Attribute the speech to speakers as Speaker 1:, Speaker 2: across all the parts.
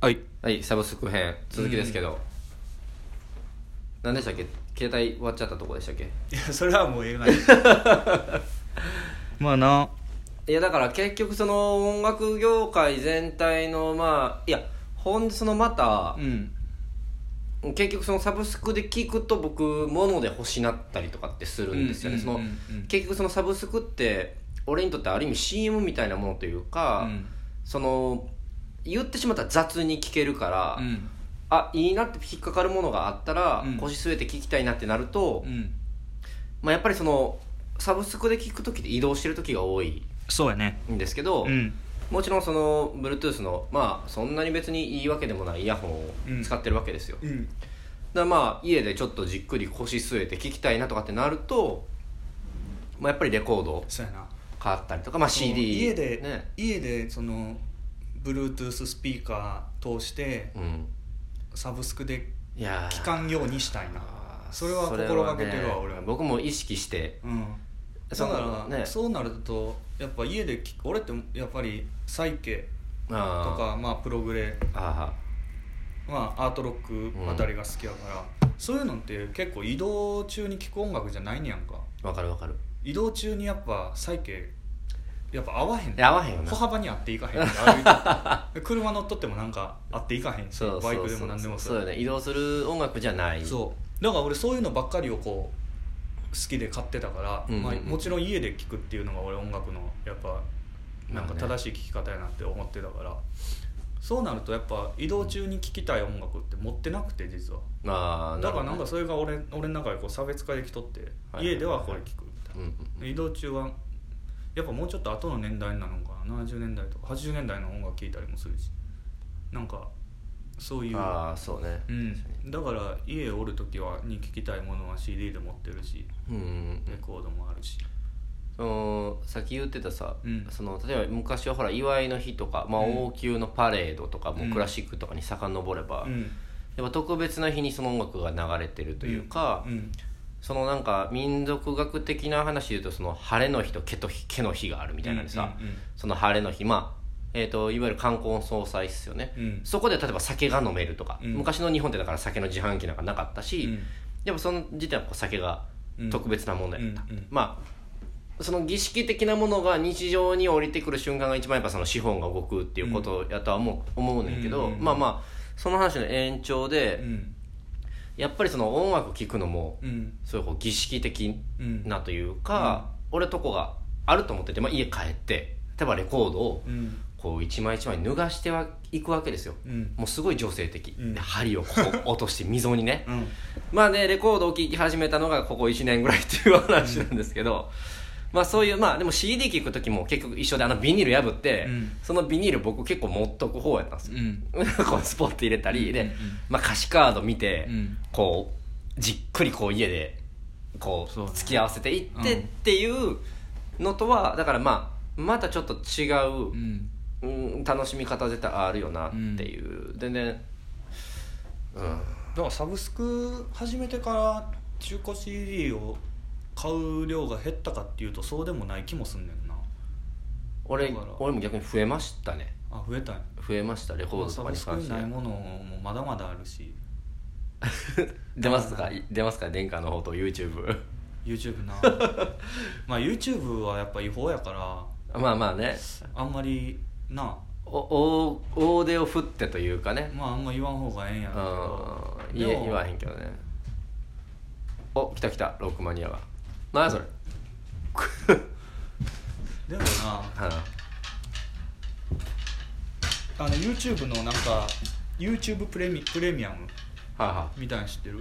Speaker 1: はい
Speaker 2: はいサブスク編続きですけど、何でしたっけ携帯終わっちゃったとこでしたっけ
Speaker 3: いやそれはもう言えない
Speaker 1: まあない
Speaker 2: やだから結局その音楽業界全体のまあいやほんでそのまた
Speaker 1: う、ん
Speaker 2: 結局そのサブスクで聞くと僕物で欲しなったりとかってするんですよね、
Speaker 1: うんうんうんうん
Speaker 2: その結局そのサブスクって俺にとってある意味 CM みたいなものというか、その言ってしまったら雑に聞けるから、
Speaker 1: うん
Speaker 2: あいいなって引っかかるものがあったら、
Speaker 1: うん
Speaker 2: 腰据えて聞きたいなってなると、
Speaker 1: うん
Speaker 2: まあ、やっぱりそのサブスクで聞く時って移動してる時が多い
Speaker 1: そうやね
Speaker 2: んですけど、
Speaker 1: うん
Speaker 2: もちろんその Bluetooth のまあそんなに別にいいわけでもないイヤホンを使ってるわけですよ、
Speaker 3: う
Speaker 2: だ
Speaker 3: ん
Speaker 2: からまあ家でちょっとじっくり腰据えて聞きたいなとかってなると、まあ、やっぱりレコードを
Speaker 3: そうやな
Speaker 2: 買ったりとか、まあ、CD
Speaker 3: 家で、
Speaker 2: ね
Speaker 3: 家でその Bluetooth スピーカー通して
Speaker 2: うん
Speaker 3: サブスクで
Speaker 2: いやー
Speaker 3: 聞かんようにしたいな
Speaker 2: あー
Speaker 3: それは
Speaker 2: それ
Speaker 3: 心
Speaker 2: は
Speaker 3: が
Speaker 2: ね
Speaker 3: けてるわ俺は
Speaker 2: 僕も意識して
Speaker 3: うんだ
Speaker 2: の
Speaker 3: から、
Speaker 2: ね
Speaker 3: そうなるとやっぱ家で聞く俺ってやっぱりサイケと
Speaker 2: あ
Speaker 3: かまあプログレ
Speaker 2: ーあ
Speaker 3: まあ、アートロックあたりが好きやから、そういうのって結構移動中に聴く音楽じゃないねやんか
Speaker 2: ーわかるわかる
Speaker 3: 移動中にやっぱ最景やっぱ合わへん
Speaker 2: いや合わへんよな
Speaker 3: 歩幅に合っていか へん歩いて車乗っとってもなんか合っていかへんし
Speaker 2: そう
Speaker 3: バイクでも何でも
Speaker 2: そうそうそうよね移動する音楽じゃない
Speaker 3: そうだから俺そういうのばっかりをこう好きで買ってたから、
Speaker 2: うんうんうん
Speaker 3: まあ、もちろん家で聴くっていうのが俺音楽のやっぱなん
Speaker 2: ま
Speaker 3: か
Speaker 2: あね
Speaker 3: 正しい聴き方やなって思ってたから、そうなるとやっぱ移動中に聴きたい音楽って持ってなくて実は
Speaker 2: まあ
Speaker 3: だからなん
Speaker 2: るほ
Speaker 3: かそれが俺俺の中でこう差別化できとって、
Speaker 2: はい
Speaker 3: 家ではこれ聞くみたい
Speaker 2: ど
Speaker 3: な、
Speaker 2: ね
Speaker 3: 移動中はやっぱもうちょっと後の年代なのかな70年代とか80年代の音楽聴いたりもするしなんかそう
Speaker 2: うん、
Speaker 3: いううん
Speaker 2: ああそうね
Speaker 3: うん、だから家おる時はに聴きたいものは CD で持ってるし
Speaker 2: うんうんうん
Speaker 3: レコードもあるし
Speaker 2: そのさっき言ってたさ、
Speaker 3: うん
Speaker 2: その例えば昔はほら祝いの日とか、まあ、
Speaker 3: うん
Speaker 2: 王宮のパレードとか、もううんクラシックとかに遡れば、
Speaker 3: うん
Speaker 2: やっぱ特別な日にその音楽が流れてるというか、
Speaker 3: うん
Speaker 2: そのなんか民族学的な話で言うとその晴れの日と毛と日毛の日があるみたいなんでさ、
Speaker 3: うんうんうん
Speaker 2: その晴れの日まあえー、といわゆる冠婚葬祭っすよね、
Speaker 3: うん
Speaker 2: そこで例えば酒が飲めるとか、
Speaker 3: うん
Speaker 2: 昔の日本ってだから酒の自販機なんかなかったし、
Speaker 3: うん
Speaker 2: やっぱその時点はこう酒が特別なものやった、
Speaker 3: うんうんうん
Speaker 2: まあその儀式的なものが日常に降りてくる瞬間が一番やっぱその資本が動くっていうことやとは思う,、思うねんけど、
Speaker 3: うんうんうん
Speaker 2: まあまあその話の延長で、
Speaker 3: うん
Speaker 2: やっぱりその音楽聴くのも
Speaker 3: うん
Speaker 2: そういうこう儀式的
Speaker 3: うん
Speaker 2: なというか、俺とこがあると思ってて、まあ、家帰って例えばレコードを
Speaker 3: うん
Speaker 2: こう一枚一枚脱がしてはいくわけですよ、
Speaker 3: うん
Speaker 2: もうすごい女性的、
Speaker 3: うん
Speaker 2: で針をこう落として溝にね、
Speaker 3: うん
Speaker 2: まあねレコードを聴き始めたのがここ1年ぐらいっていう話なんですけど、まあそういうまあでも CD 聴く時も結局一緒であのビニール破って、
Speaker 3: うん
Speaker 2: そのビニール僕結構持っとく方やったんです
Speaker 1: う
Speaker 2: よ、
Speaker 1: ん
Speaker 2: こうスポッて入れたり、
Speaker 1: うん
Speaker 2: で
Speaker 1: うん、
Speaker 2: まあ、歌詞カード見て、
Speaker 1: うん
Speaker 2: こうじっくりこう家でこ
Speaker 1: そう
Speaker 2: う
Speaker 1: ね
Speaker 2: 付き合わせていって
Speaker 1: うん
Speaker 2: っていうのとはだからまあまたちょっと違う
Speaker 1: う、ん
Speaker 2: うん、楽しみ方絶対あるよなっていう、全然うん
Speaker 3: だからサブスク始めてから中古 CD を買う量が減ったかっていうとそうでもない気もすんねんな
Speaker 2: 俺
Speaker 3: だから
Speaker 2: 俺も逆に増えましたね
Speaker 3: あ増えたんや
Speaker 2: 増えましたレコード
Speaker 3: サ
Speaker 2: とか
Speaker 3: ブ
Speaker 2: に
Speaker 3: スク
Speaker 2: 関し
Speaker 3: に
Speaker 2: て
Speaker 3: ないものもまだまだあるし
Speaker 2: 出ますか出ますか殿下の方と YouTube
Speaker 3: YouTube なまあ YouTube はやっぱ違法やから
Speaker 2: まあまあね
Speaker 3: あんまりな
Speaker 2: おお大手を振ってというかね
Speaker 3: まああんま言わん方がええんやろう
Speaker 2: う
Speaker 3: け
Speaker 2: ん言
Speaker 3: どで
Speaker 2: え
Speaker 3: も
Speaker 2: 言わへんけどねお来た来たロックマニアが何やそれ
Speaker 3: でもなあの YouTube のなんか YouTube プレミプレミアム
Speaker 2: はあ、は
Speaker 3: みたいなの知ってる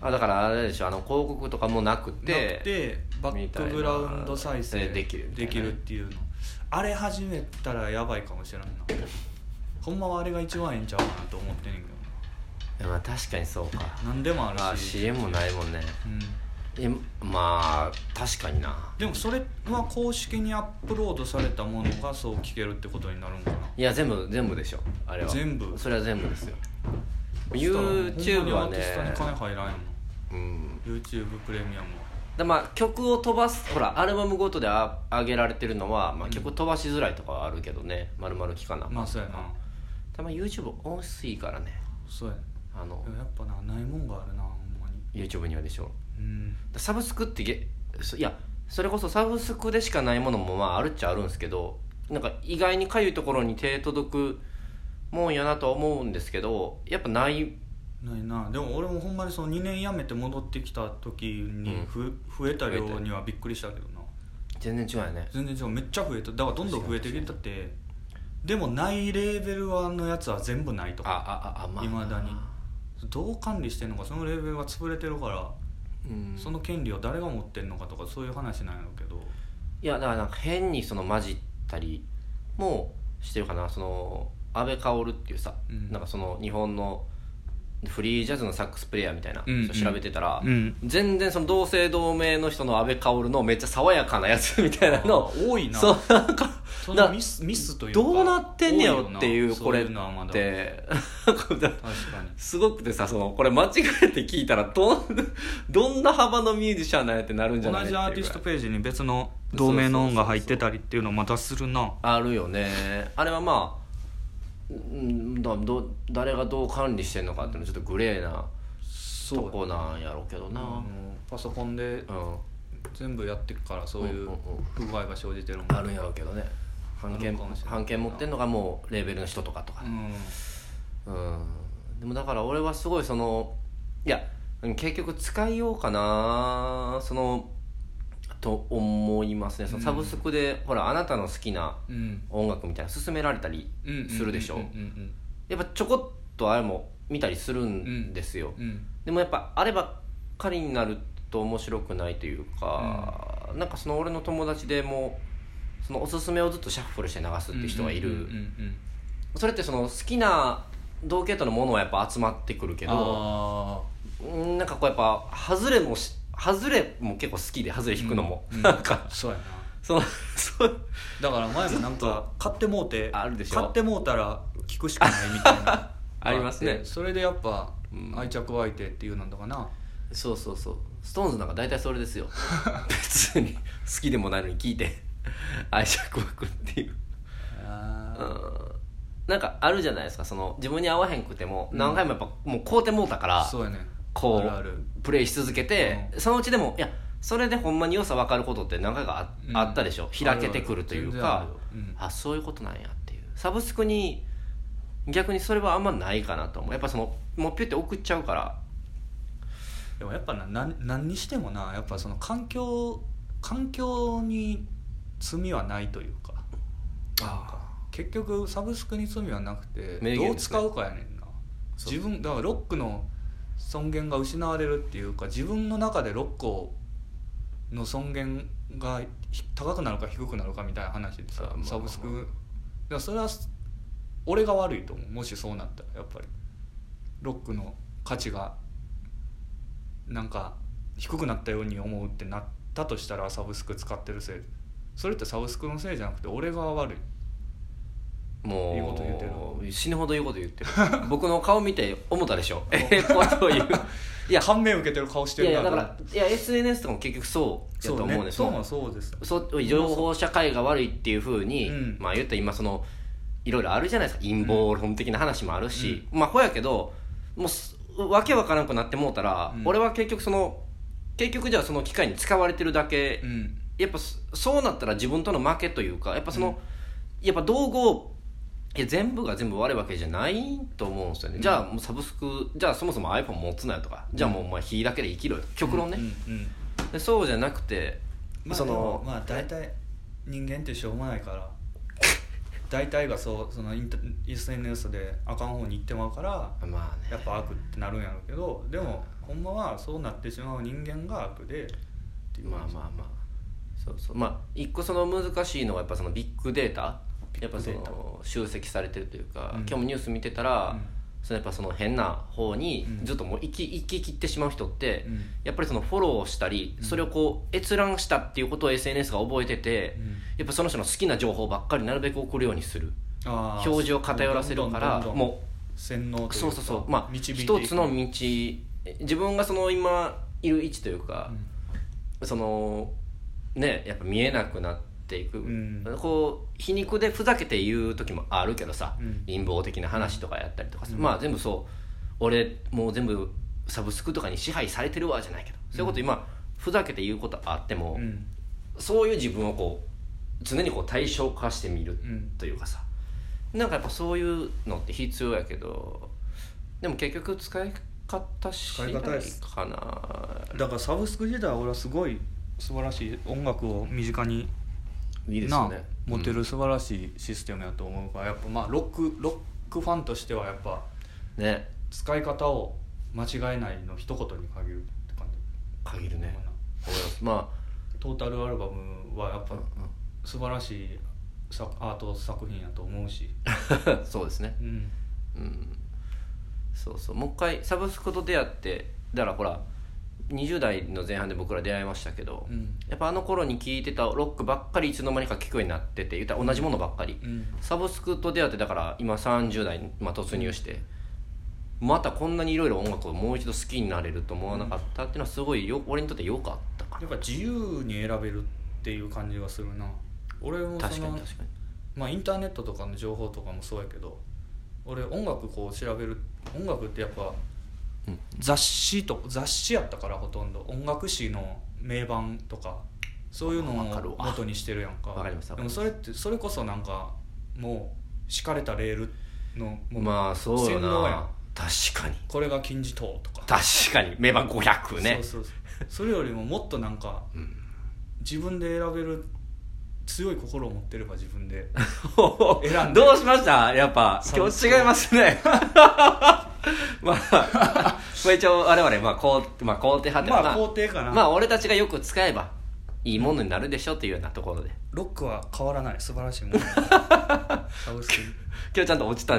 Speaker 2: あ、あだからあれでしょあの広告とかもなくて
Speaker 3: なくてバックグラウンド再
Speaker 2: みた
Speaker 3: 生
Speaker 2: いなできるみたいなね
Speaker 3: っていうのあれ始めたらやばいかもしれんなほんまはあれが一番ええんちゃうかなと思ってんねんけ
Speaker 2: まあ確かにそうか
Speaker 3: ど何でもあ
Speaker 2: あ
Speaker 3: るし
Speaker 2: CM もないもんね
Speaker 3: うん、
Speaker 2: えまあ確かにな
Speaker 3: でもそれは公式にアップロードされたものがそう聞けるってことになるんかない
Speaker 2: や全部全部でしょあれは
Speaker 3: 全部
Speaker 2: それは全部ですよ
Speaker 3: そしたらほんま
Speaker 2: YouTube
Speaker 3: に
Speaker 2: は
Speaker 3: アーティストに
Speaker 2: ね
Speaker 3: 金入らんよ
Speaker 2: うん
Speaker 3: な YouTube プレミアムは
Speaker 2: でまあ曲を飛ばすほらアルバムごとであ上げられてるのは、まあ、曲飛ばしづらいとかはあるけどね、丸々聞かな、
Speaker 3: まあそうやな
Speaker 2: たま YouTube 多いからね
Speaker 3: そうやね
Speaker 2: あの
Speaker 3: でもやっぱなないもんがあるなほんまに
Speaker 2: YouTube にはでしょ
Speaker 3: うん
Speaker 2: サブスクってげそいやそれこそサブスクでしかないものもまああるっちゃあるんですけどなんか意外にかゆいところに手届くもんやなとは思うんですけどやっぱない
Speaker 3: ないなでも俺もほんまにその2年辞めて戻ってきた時にふ、増えた量にはびっくりしたけどな
Speaker 2: 全然違うよね
Speaker 3: 全然違うめっちゃ増えただからどんどん増えてきたってでもないレーベルはのやつは全部ないと
Speaker 2: あ
Speaker 3: か
Speaker 2: あああまあ
Speaker 3: いまだにどう管理してんのかそのレーベルが潰れてるから、
Speaker 2: うん
Speaker 3: その権利を誰が持ってんのかとかそういう話なんやろうけど
Speaker 2: いやだからなんか変にその混じったりもしてるかなその安倍薫っていうさ、
Speaker 3: うん
Speaker 2: なんかその日本のフリージャズのサックスプレイヤーみたいな、
Speaker 3: うん
Speaker 2: それ調べてたら、
Speaker 3: うん
Speaker 2: 全然その同姓同名の人の安倍薫のめっちゃ爽やかなやつみたいなの
Speaker 3: 多いな
Speaker 2: そう
Speaker 3: そ
Speaker 2: なんか
Speaker 3: のミスミスというか
Speaker 2: どうなってんねやろっていう
Speaker 3: 多
Speaker 2: これ
Speaker 3: よなそういうのはま
Speaker 2: っ
Speaker 3: だ
Speaker 2: て なんか
Speaker 3: 確かに
Speaker 2: すごくてさそのこれ間違えて聞いたらどん どんな幅のミュージシャンなんやってなるんじゃない
Speaker 3: 同じアーティストページに別の同
Speaker 2: 同
Speaker 3: 名
Speaker 2: 名
Speaker 3: の
Speaker 2: の
Speaker 3: 音
Speaker 2: 音
Speaker 3: が
Speaker 2: が
Speaker 3: 入
Speaker 2: 入
Speaker 3: っ
Speaker 2: ってて
Speaker 3: たりっていうのまたするな
Speaker 2: あるよねあれはまあうんだど誰がどう管理してんのかっていうのはちょっとグレーなとこなんやろうけど
Speaker 3: あ
Speaker 2: な
Speaker 3: のパソコンで
Speaker 2: うん、
Speaker 3: 全部やってくからそういううん
Speaker 2: うんうん
Speaker 3: 不具合が生じてるもん
Speaker 2: あるんやろうけどね判
Speaker 3: ある
Speaker 2: 権
Speaker 3: のかもしれない
Speaker 2: 判権持ってんのがもうレーベルの人とかとか
Speaker 3: うん
Speaker 2: うんでもだから俺はすごいそのいや結局使いようかなそのと思いますねそのサブスクで、ほらあなたの好きな
Speaker 3: うん
Speaker 2: 音楽みたいなの勧められたり
Speaker 3: うん
Speaker 2: するでしょ
Speaker 3: うんうん
Speaker 2: やっぱちょこっとあれも見たりするんですよ、
Speaker 3: うんうん
Speaker 2: でもやっぱあればっかりになると面白くないというか、なんかその俺の友達でもそのおすすめをずっとシャッフルして流すっていう人がいる、
Speaker 3: うんうんうん
Speaker 2: それってその好きな同系統のものはやっぱ集まってくるけど
Speaker 3: あ
Speaker 2: うんなんかこうやっぱ外れもし外れも結構好きで外れ引くのも、
Speaker 3: うんうん
Speaker 2: なんか
Speaker 3: ーそうやな
Speaker 2: そのそう
Speaker 3: だから前もなんか買ってもうて
Speaker 2: あるでしょ
Speaker 3: 買ってもうたら聞くしかないみたい な
Speaker 2: ありますね
Speaker 3: がってそれでやっぱ
Speaker 2: うん
Speaker 3: 愛着湧いてっていうなんだかな
Speaker 2: そうそうそうストーンズなんか大体それ ですよ別に好きでもないのに聞いて愛着湧くっていう
Speaker 3: あ
Speaker 2: う
Speaker 3: ー
Speaker 2: んなんかあるじゃないですかその自分に合わへんくても何回もやっぱもう買うてもうたから
Speaker 3: そうやね
Speaker 2: こう
Speaker 3: あるある
Speaker 2: プレイし続けて、そのうちでもいやそれでほんまに良さ分かることって何回かあ,、
Speaker 3: うん
Speaker 2: あったでしょ開けてくるという
Speaker 3: あ
Speaker 2: か
Speaker 3: るある全然あるようん
Speaker 2: あそういうことなんやっていうサブスクに逆にそれはあんまないかなと思うやっぱそのもうピュって送っちゃうから
Speaker 3: でもやっぱななん何にしてもなやっぱその環境環境に罪はないというか結局サブスクに罪はなくて
Speaker 2: 名
Speaker 3: どう
Speaker 2: 言ですね
Speaker 3: 使うかやねんな
Speaker 2: そう
Speaker 3: 自分だからロックの尊厳が失われるっていうか自分の中でロックをの尊厳がひ高くなるか低くなるかみたいな話で
Speaker 2: あ
Speaker 3: さ
Speaker 2: まあまあ
Speaker 3: サブスクだからそれはす俺が悪いと思うもしそうなったらやっぱりロックの価値がなんか低くなったように思うってなったとしたらサブスク使ってるせいでそれってサブスクのせいじゃなくて俺が悪い
Speaker 2: もう
Speaker 3: いいこと言うてる
Speaker 2: 死ぬほどいいこと言ってる 僕の顔見て思ったで しょええこと言ういや
Speaker 3: 感銘受けてる顔 して
Speaker 2: い
Speaker 3: る
Speaker 2: やだからいや SNS とかも結局そうやと
Speaker 3: そう
Speaker 2: 思う
Speaker 3: ね
Speaker 2: ね
Speaker 3: そうもそうです
Speaker 2: そう情報社会が悪いっていうふうに、
Speaker 3: うん
Speaker 2: まあ言ったら今そのいろいろあるじゃないですか陰謀論的な話もあるし、まあほやけどもうすわけわからんくなってもうたら、
Speaker 3: うん
Speaker 2: 俺は結局その結局じゃあその機械に使われてるだけ、
Speaker 3: うん
Speaker 2: やっぱそそうなったら自分との負けというかやっぱその、やっぱ道具をいや全部が全部悪いわけじゃないと思うんですよね、
Speaker 3: うん
Speaker 2: じゃあもうサブスクじゃあそもそも iPhone 持つなよとか、じゃあもうお前火だけで生きろよ極論ね、
Speaker 3: うんうん
Speaker 2: でそうじゃなくて、
Speaker 3: まあ、
Speaker 2: そ
Speaker 3: でも
Speaker 2: の
Speaker 3: まあ大体人間ってしょうもないから 大体がそうそのインタ SNS であかん方に行ってまうから
Speaker 2: まあね
Speaker 3: やっぱ悪ってなるんやろうけどでもほんまはそうなってしまう人間が悪でっていう
Speaker 2: まあまあまあそうそうまあ一個その難しいのはやっぱそのビッグデータ
Speaker 3: ビ
Speaker 2: や
Speaker 3: ッ
Speaker 2: っ
Speaker 3: グ
Speaker 2: ぱそ
Speaker 3: データ
Speaker 2: の集積されてるというか、
Speaker 3: うん
Speaker 2: 今日もニュース見てたら、
Speaker 3: うん
Speaker 2: そのやっぱその変な方に
Speaker 3: うん
Speaker 2: ずっともう行き行き切ってしまう人って、
Speaker 3: うん
Speaker 2: やっぱりそのフォローしたり、それをこう閲覧したっていうことを SNS が覚えてて、
Speaker 3: うん
Speaker 2: やっぱその人の好きな情報ばっかりなるべく送るようにする
Speaker 3: あー
Speaker 2: 表示を偏らせるから
Speaker 3: どんどんどんどん
Speaker 2: もう
Speaker 3: 洗脳というか
Speaker 2: そうそうそうまあ
Speaker 3: 導いてい
Speaker 2: 一
Speaker 3: く
Speaker 2: つの道自分がその今いる位置というか、そのねやっぱ見えなくなっっていく、
Speaker 3: ん
Speaker 2: こう皮肉でふざけて言う時もあるけどさ、
Speaker 3: うん
Speaker 2: 陰謀的な話とかやったりとかさ、
Speaker 3: うん
Speaker 2: まあ全部そう俺もう全部サブスクとかに支配されてるわじゃないけどそういうこと今、ふざけて言うことあっても、
Speaker 3: うん
Speaker 2: そういう自分をこう常にこう対象化してみる
Speaker 3: うん
Speaker 2: というかさ、なんかやっぱそういうのって必要やけどでも結局使い方し
Speaker 3: 使い方
Speaker 2: ない
Speaker 3: です
Speaker 2: かな
Speaker 3: だからサブスク時代は俺はすごい素晴らしい音楽を身近に
Speaker 2: いいです
Speaker 3: な
Speaker 2: よ
Speaker 3: あ
Speaker 2: ね
Speaker 3: 持てる素晴らしいシステムやと思うからやっぱまあロックロックファンとしてはやっぱ
Speaker 2: うんね
Speaker 3: 使い方を間違えないの一言に限るって感じ
Speaker 2: 限るね思いますま
Speaker 3: トータルアルバムはや
Speaker 2: あ
Speaker 3: っぱ素晴らしい作アート作品やと思うし、
Speaker 2: うんそうですね
Speaker 3: うん、
Speaker 2: うんそうそうもう一回サブスクと出会ってだからほら20代の前半で僕ら出会いましたけど、
Speaker 3: うん
Speaker 2: やっぱあの頃に聴いてたロックばっかりいつの間にか聴くようになってて言ったら同じものばっかり、
Speaker 3: うん
Speaker 2: サブスクと出会ってだから今30代にまあ突入してまたこんなにいろいろ音楽をもう一度好きになれると思わなかったっていうのはすごいよ俺にとって良かったか
Speaker 3: やっぱ自由に選べるっていう感じがするな俺も
Speaker 2: な確
Speaker 3: その
Speaker 2: かに確かに
Speaker 3: まあ、インターネットとかの情報とかもそうやけど俺音楽こう調べる音楽ってやっぱ
Speaker 2: うん
Speaker 3: 雑誌と雑誌やったからほとんど音楽誌の名盤とかそういうの
Speaker 2: わかる
Speaker 3: を
Speaker 2: わ
Speaker 3: 元にしてるやんか
Speaker 2: わかりますわかり
Speaker 3: でも
Speaker 2: ます
Speaker 3: それってそれこそなんかもう敷かれたレールのもう
Speaker 2: まあそうよ
Speaker 3: 洗脳やん
Speaker 2: な確かに
Speaker 3: これが金字塔とか
Speaker 2: 確かに名盤500ね
Speaker 3: そうそうそうそれよりももっとなんか、自分で選べる強い心を持ってれば自 分で選んで
Speaker 2: どうしましたやっぱ
Speaker 3: サ
Speaker 2: 今
Speaker 3: ブス
Speaker 2: 日
Speaker 3: ク
Speaker 2: 違いますね まあまあ一応我々まあ肯定、まあ、肯定派っていうか
Speaker 3: まあ肯定かな、
Speaker 2: まあ俺たちがよく使えばいいものになるでしょっていうようなところで
Speaker 3: ロックは変わらない素晴らしいものサブスク
Speaker 2: 今日ちゃんと落ちた